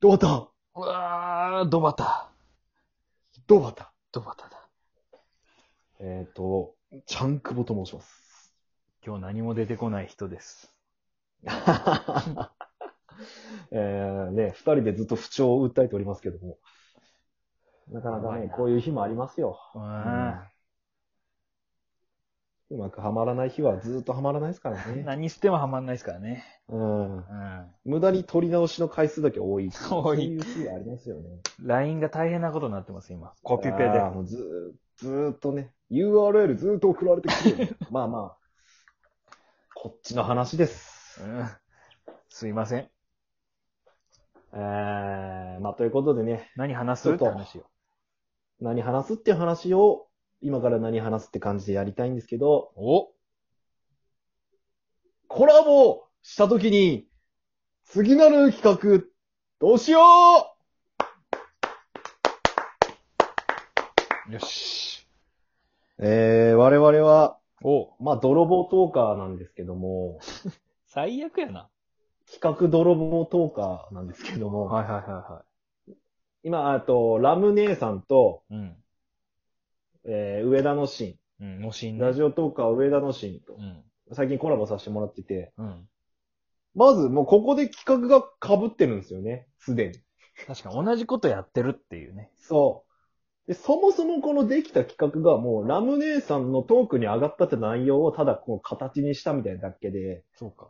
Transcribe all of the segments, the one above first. ドバタうわー、ドバタ。ドバタドバタだ。えっ、と、ちゃんくぼと申します。 今日何も出てこない人です。えー、ね、二人でずっと不調を訴えておりますけども。なかなかやばいね、なこういう日もありますよ。う。うんうまくはまらない日はずっとはまらないですからね。何してもハマんないですからね。うん。うん。無駄に取り直しの回数だけ多い。多いそういう日がありますよね。 LINE が大変なことになってます、今。コピペで。あーもうずーずーっとね、URL ずーっと送られてくるよ ね。まあまあ、こっちの話です。うん。すいません。えー、まあということでね、何話ちすょっってと話よ。何話すっていう話を、今から何話すって感じでやりたいんですけど、おコラボしたときに、次なる企画、どうしようよし。えー、我々は、おまあ泥棒トーカーなんですけども、最悪やな。企画泥棒トーカーなんですけども、はいはいはいは今、あと、ラム姉さんと、い。うん。えー、上田のシうん、もしーんン。ねラジオトーカー上田のシーンとう、ん。最近コラボさせてもらってて、うん。まずもうここで企画が被ってるんですよね、すでに。確かに同じことやってるっていうね。そう。で、そもそもこのできた企画がもうラム姉さんのトークに上がったって内容をただこう形にしたみたいなだけで、そうか。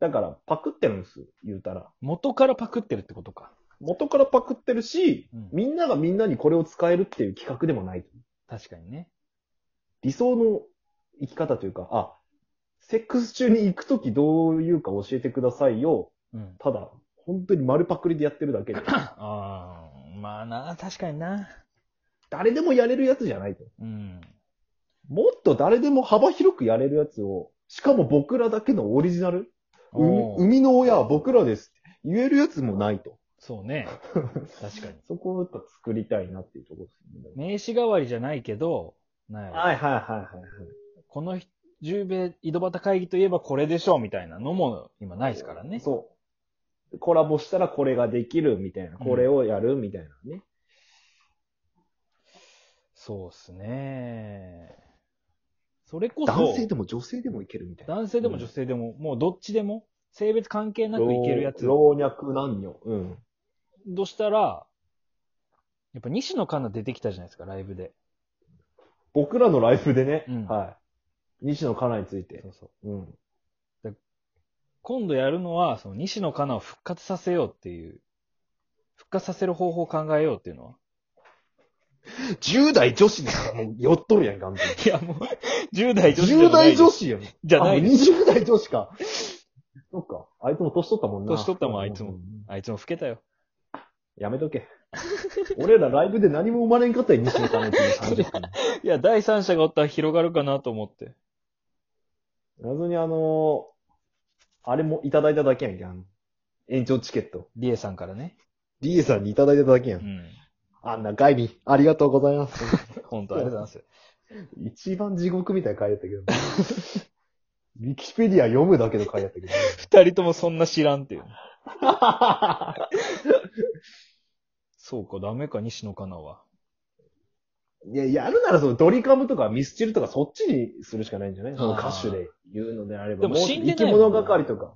だからパクってるんです、言うたら。元からパクってるってことか。元からパクってるし、うんみんながみんなにこれを使えるっていう企画でもない。確かにね。理想の生き方というか、あ、セックス中に行くときどういうか教えてくださいよ。うん。ただ、本当に丸パクリでやってるだけで、ああ、まあな、確かにな。誰でもやれるやつじゃないと。うん。もっと誰でも幅広くやれるやつを、しかも僕らだけのオリジナル、うおー生みの親は僕らですって言えるやつもないと。そう ね。確かに。そこをやっぱ作りたいなっていうところですね。名刺代わりじゃないけど、なんやろはいはいはいはい。この人十米井戸端会議といえばこれでしょうみたいなのも今ないですからね。そう。コラボしたらこれができるみたいな、これをやるみたいなね。そうっすね。それこそ、男性でも女性でもいけるみたいな。男性でも女性でも、もうどっちでも、性別関係なくいけるやつ、老老若男女。うん。どしたら、やっぱ西野カナ出てきたじゃないですか、ライブで。僕らのライフでね、うんはい。西野カナについてそ。うそう。うん。今度やるのは、その西野カナを復活させようっていう、復活させる方法を考えようっていうのは。 10代女子だから もう酔っとるやん、完全に。いや、もう、10代女子じゃな10い。代女子やん。じゃないあでもうす。 20代女子か。そっか。あいつも年取ったもんな。年取ったもんあいつもううんあいつも老けたよ。やめとけ。俺らライブで何も生まれんかったよ、西野カナっていう30分。いや、第三者がおったら広がるかなと思って。謎にあのーあれもいただいただけやんけ、あの、延長チケット。リエさんからね。リエさんにいただいただけや。うんん。あんな会に、ありがとうございます。本当ありがとうござい一番地獄みたいな回やったけ ど。ウィキペディア読むだけの回やったけど。ます。二人ともそんな知らんっていう。そうか、ダメか、西野かなは。いや、やるならそのドリカムとかミスチルとかそっちにするしかないんじゃないその歌手で言うのであれば。でもう死んで生なきいもんね物係とか。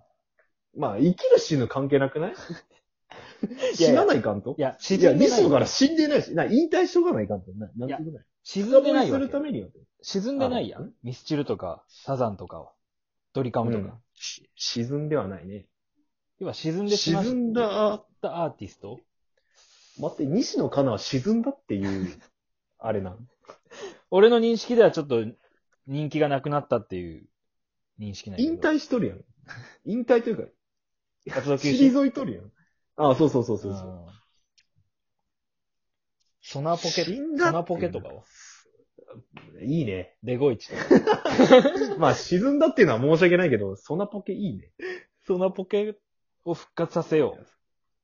まあ、生きる死ぬ関係な くないいや死なないかんといや、い沈や、んで西ない野よ。から死んでないし、な引退しとかないかんと。ななんていうぐらい。沈深んで掘なりいすわるたけ。めには。沈んでないやあん。ミスチルとか、サザンとかは。ドリカムとうんか。し沈んではないね。要は沈んでしまっ沈んだ、たアーティスト待って、西野カナは沈んだって いう、あれなん。俺の認識ではちょっと人気がなくなったっていう認識なんやけ引ど退しと るやん。引退というか、活動休止。退いとるやん。ああ、そうそうそうそうう。んソナポケ、死んだソナポケとかは。いいね。 デゴイチとか。まあ、沈んだっていうのは申し訳ないけど、そんなポケいいね。ソナポケを復活させよう。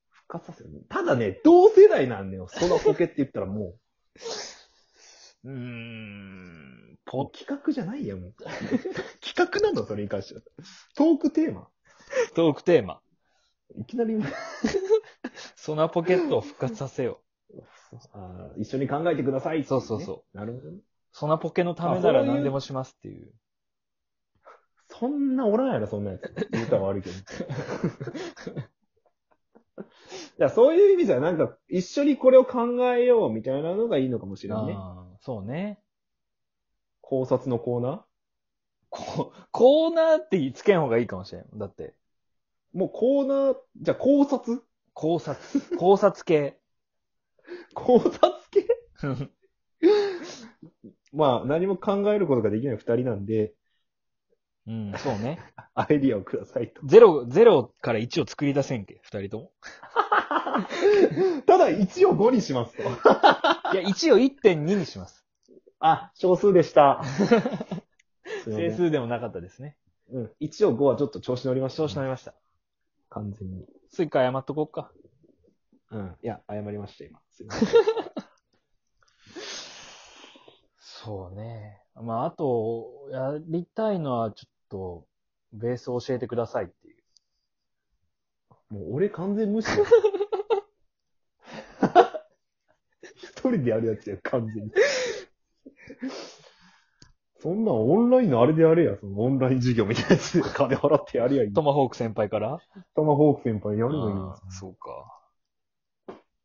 復活させる。ただね、同世代なんだよ。そんなポケって言ったら もうーん。う、もう企画じゃないやん、もう。 企画なの、それに関しては。トークテーマ。トークテーマ。いきなり、ソナポケットを復活させよう。あー一緒に考えてください、。そうそうそうなるほどね。ソナポケのためならあそういう何でもしますっていう。そんなおらんやろ、そんなやつ。言うたら悪いけど。い や、そういう意味じゃ、なんか、一緒にこれを考えようみたいなのがいいのかもしれんね。あーそうね。考察のコーナこコーナーってつけん方がいいかもしれん。だって、ーもうコーナー、じゃあ考察 考察、考察系。 考察系まあ、何も考えることができない二人なんで、うん、そうね。アイディアをくださいと。 ゼロ、ゼロから1を作り出せんけ、二人とも。ただ、1を5にしますと。いや、1を1.2にします。あ、少数で した。すいませ整ん数でもなかったですね。うん。1を5はちょっと調子乗りました、調子乗りました。完全に。スイカ謝っとこっか。うん。いや、謝りました、今。すいません そうね。まあ、あと、やりたいのはちょっと、ベースを教えてくださいっていう。もう俺完全無視だ。一人でやるやつや、完全に。そんなんオンラインのあれでやれや、そのオンライン授業みたいなや つで金払ってやりゃいい。トマホーク先輩からトマホーク先輩やればいいあやあそうか。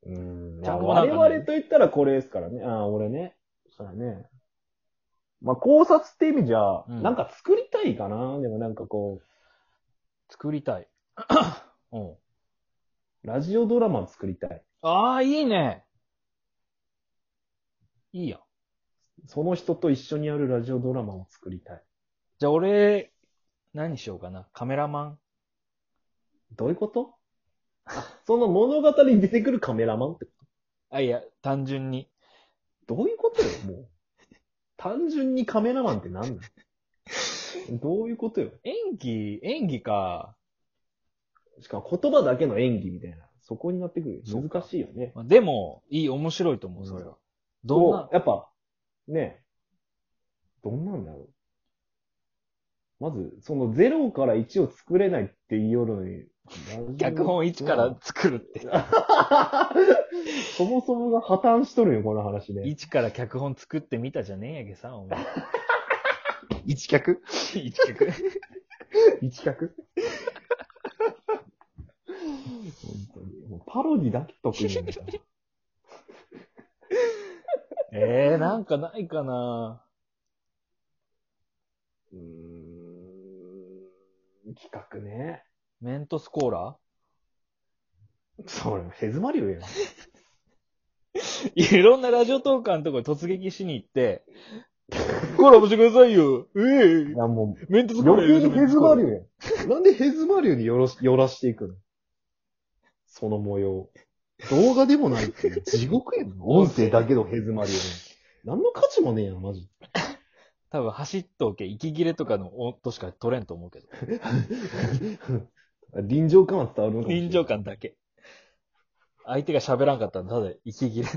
つ。うん。ちゃんと我なんかね々と言ったらこれですからね。ああ、俺ね。そうだね。まあ、考察って意味じゃ、うんなんか作りたいかな。でもなんかこ作り たい。うん。う、ラジオドラマ作りたい。ああ、いいね。いいやん。その人と一緒にやるラジオドラマを作りたい。じゃあ俺、何しようかな。カメラマン。どういうことその物語に出てくるカメラマンって、あ、いや、単純に。どういうことよ、もう。単純にカメラマンって何なのどういうことよ。演技、演技か。しかも言葉だけの演技みたいな。そこになってくるそよ。うか難しいよね。まあでも、いい、面白いと思う、それは。どんなこ、うやっぱ、ねどんなんだろう。まず、その0から1を作れないっていうよりに、脚本1から作るって。 そもそもが破綻しとるよ、この話ね。 1から脚本作ってみたじゃねえんやけさ、お前。一脚1脚。 一脚本当に。もうパロディだけ得意 なんだよ。ええー、なんかないかな。うーん。企画ね。メントスコーラそれ、ヘズマリオやん。いろんなラジオトーカーのところに突撃しに行って、コラボしてくださいよええいや、もう、メントスコーラ余計にヘズマリオオやん。 なんでヘズマリオによろし、よらしていくのその模様。動画でもないっていう、地獄やん。音声だけのヘズマリオやん。何の価値もねえやん、マジ。多分走っとけ、息切れとかの音しか取れんと思うけど。臨場感は伝わるのかもしれない 臨 場感だけ。相手が喋らんかったら、ただ息 切れ。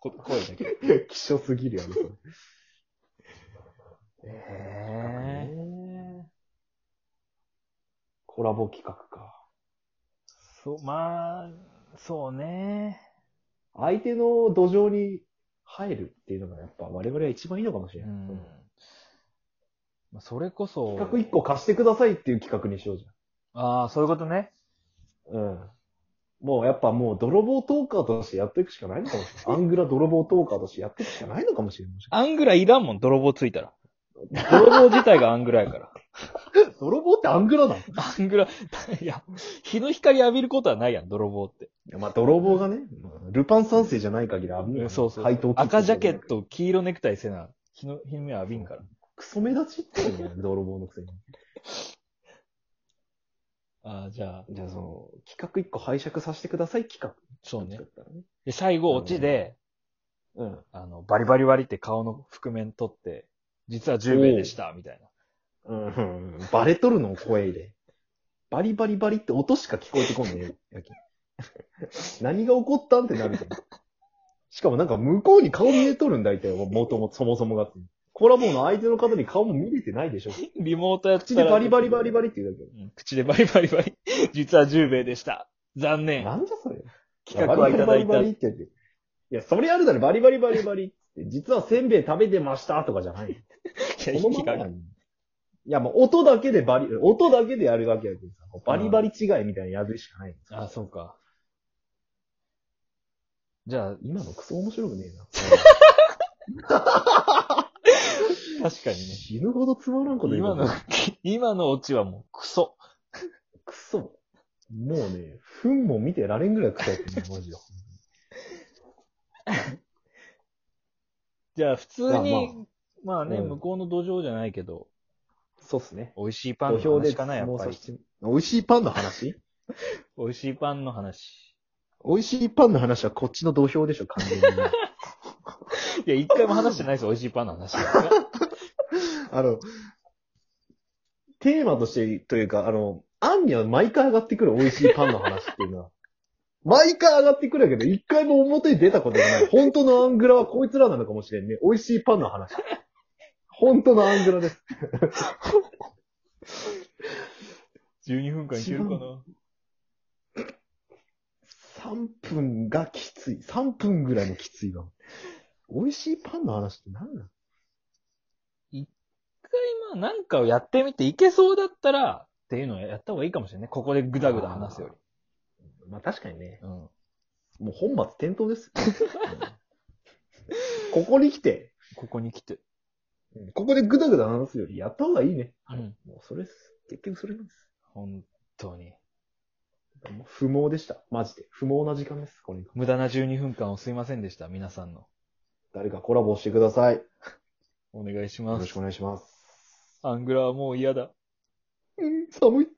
こ声だけ。いや、 希少すぎるやろ、それ。えええコラボ企画か。そう、まあ、そうね。相手の土壌に入るっていうのがやっぱ我々は一番いいのかもしうれない。ん。まあ、それこそ。企画一個貸してくださいっていう企画にしようじああ、そういうことね。ゃん。うん。もうやっぱもう泥棒トーカーとしてやっていくしかないのかもしれない。アングラ泥棒トーカーとしてやっていくしかないのかもしれない。アングラいらんもん、泥棒ついたら。泥棒自体がアングラや から。泥棒ってアングラなのいアングラ、いや、日の光浴びることはないやん、泥棒って。や、まあ泥棒がね、ルパン三世じゃない限り危ない。そうそう。怪盗キッズ赤ジャケット、黄色ネクタイせな、日の、日の目浴びんから。クソ目立ちっていうね、 泥棒のくせに。ああ、じゃあ、じゃあその、企画一個拝借させてください企画。そうねだ。ったらね。で、最後、オチで、うん。あの、バリバリ割りって顔の覆面取って、実は10名でした、みたいな。うん、うん。バレとるの声で。バリバリバリって音しか聞こえてこんねえやけん。何が起こったんってなるじゃん。しかもなんか向こうに顔見えとるんだ、いたいもとも、そもそもが。コラボの相手の方に顔も見れてないでしょ。リモートやった口ら。でバリバリバリバリって言うだけうん口でバリバリバリ。 実は10名でした。残ど。念。なんじゃそれ。企画はいただいバたリバリバリバ。リって言って。いや、それあるだろ、バリバリバリバリって。実はせんべい食べてましたとかじゃない。このままやんいや、もう音だけでバリ、音だけでやるわけやけどさ、バリバリ違いみたいなやるしかない。あ、そうか。じゃあ、今のクソ面白くねえな。確かにね。死ぬほどつまらんこと言う今なの、 今のオチはもうクソ。クソ。もうね、糞も見てられんぐらいクソやってね、マジで。じゃあ、普通に、まあ、ね、うん向こうの土壌じゃないけど、そうっすね。美味しいパンの話かな、やっぱり。美味しいパンの話美味しいパンの話。美味しいパンの話はこっちの土俵でしょ、完全に。いや、一回も話してないです、美味しいパンの話。 あの、テーマとして、というか、あの、アンには毎回上がってくる美味しいパンの話っていうのは、 毎回上がってくるやけど、一回も表に出たことがない。本当のアングラはこいつらなのかもしれんね。美味しいパンの話。本当のアングラです。 12分間いけるか一な3分がきつい。3分ぐらいのきついわ。美味しいパンの話って何なの一回まあなんかをやってみていけそうだったら、っていうのをやった方がいいかもしれない。ここでぐだぐだ話すよまあ確かにねり。。うん。もう本末転倒です。 ここに来て、ここに来て。ここでぐだぐだ話すよりやった方がいいね。うん。もうそれです。結局それなんです。本当に。もう不毛でした。マジで。不毛な時間です。これに関して無駄な12分間をすいませんでした、皆さんの。誰かコラボしてください。よお願いしまろしすくお。願いします。アングラはもう嫌だ。うん、寒い。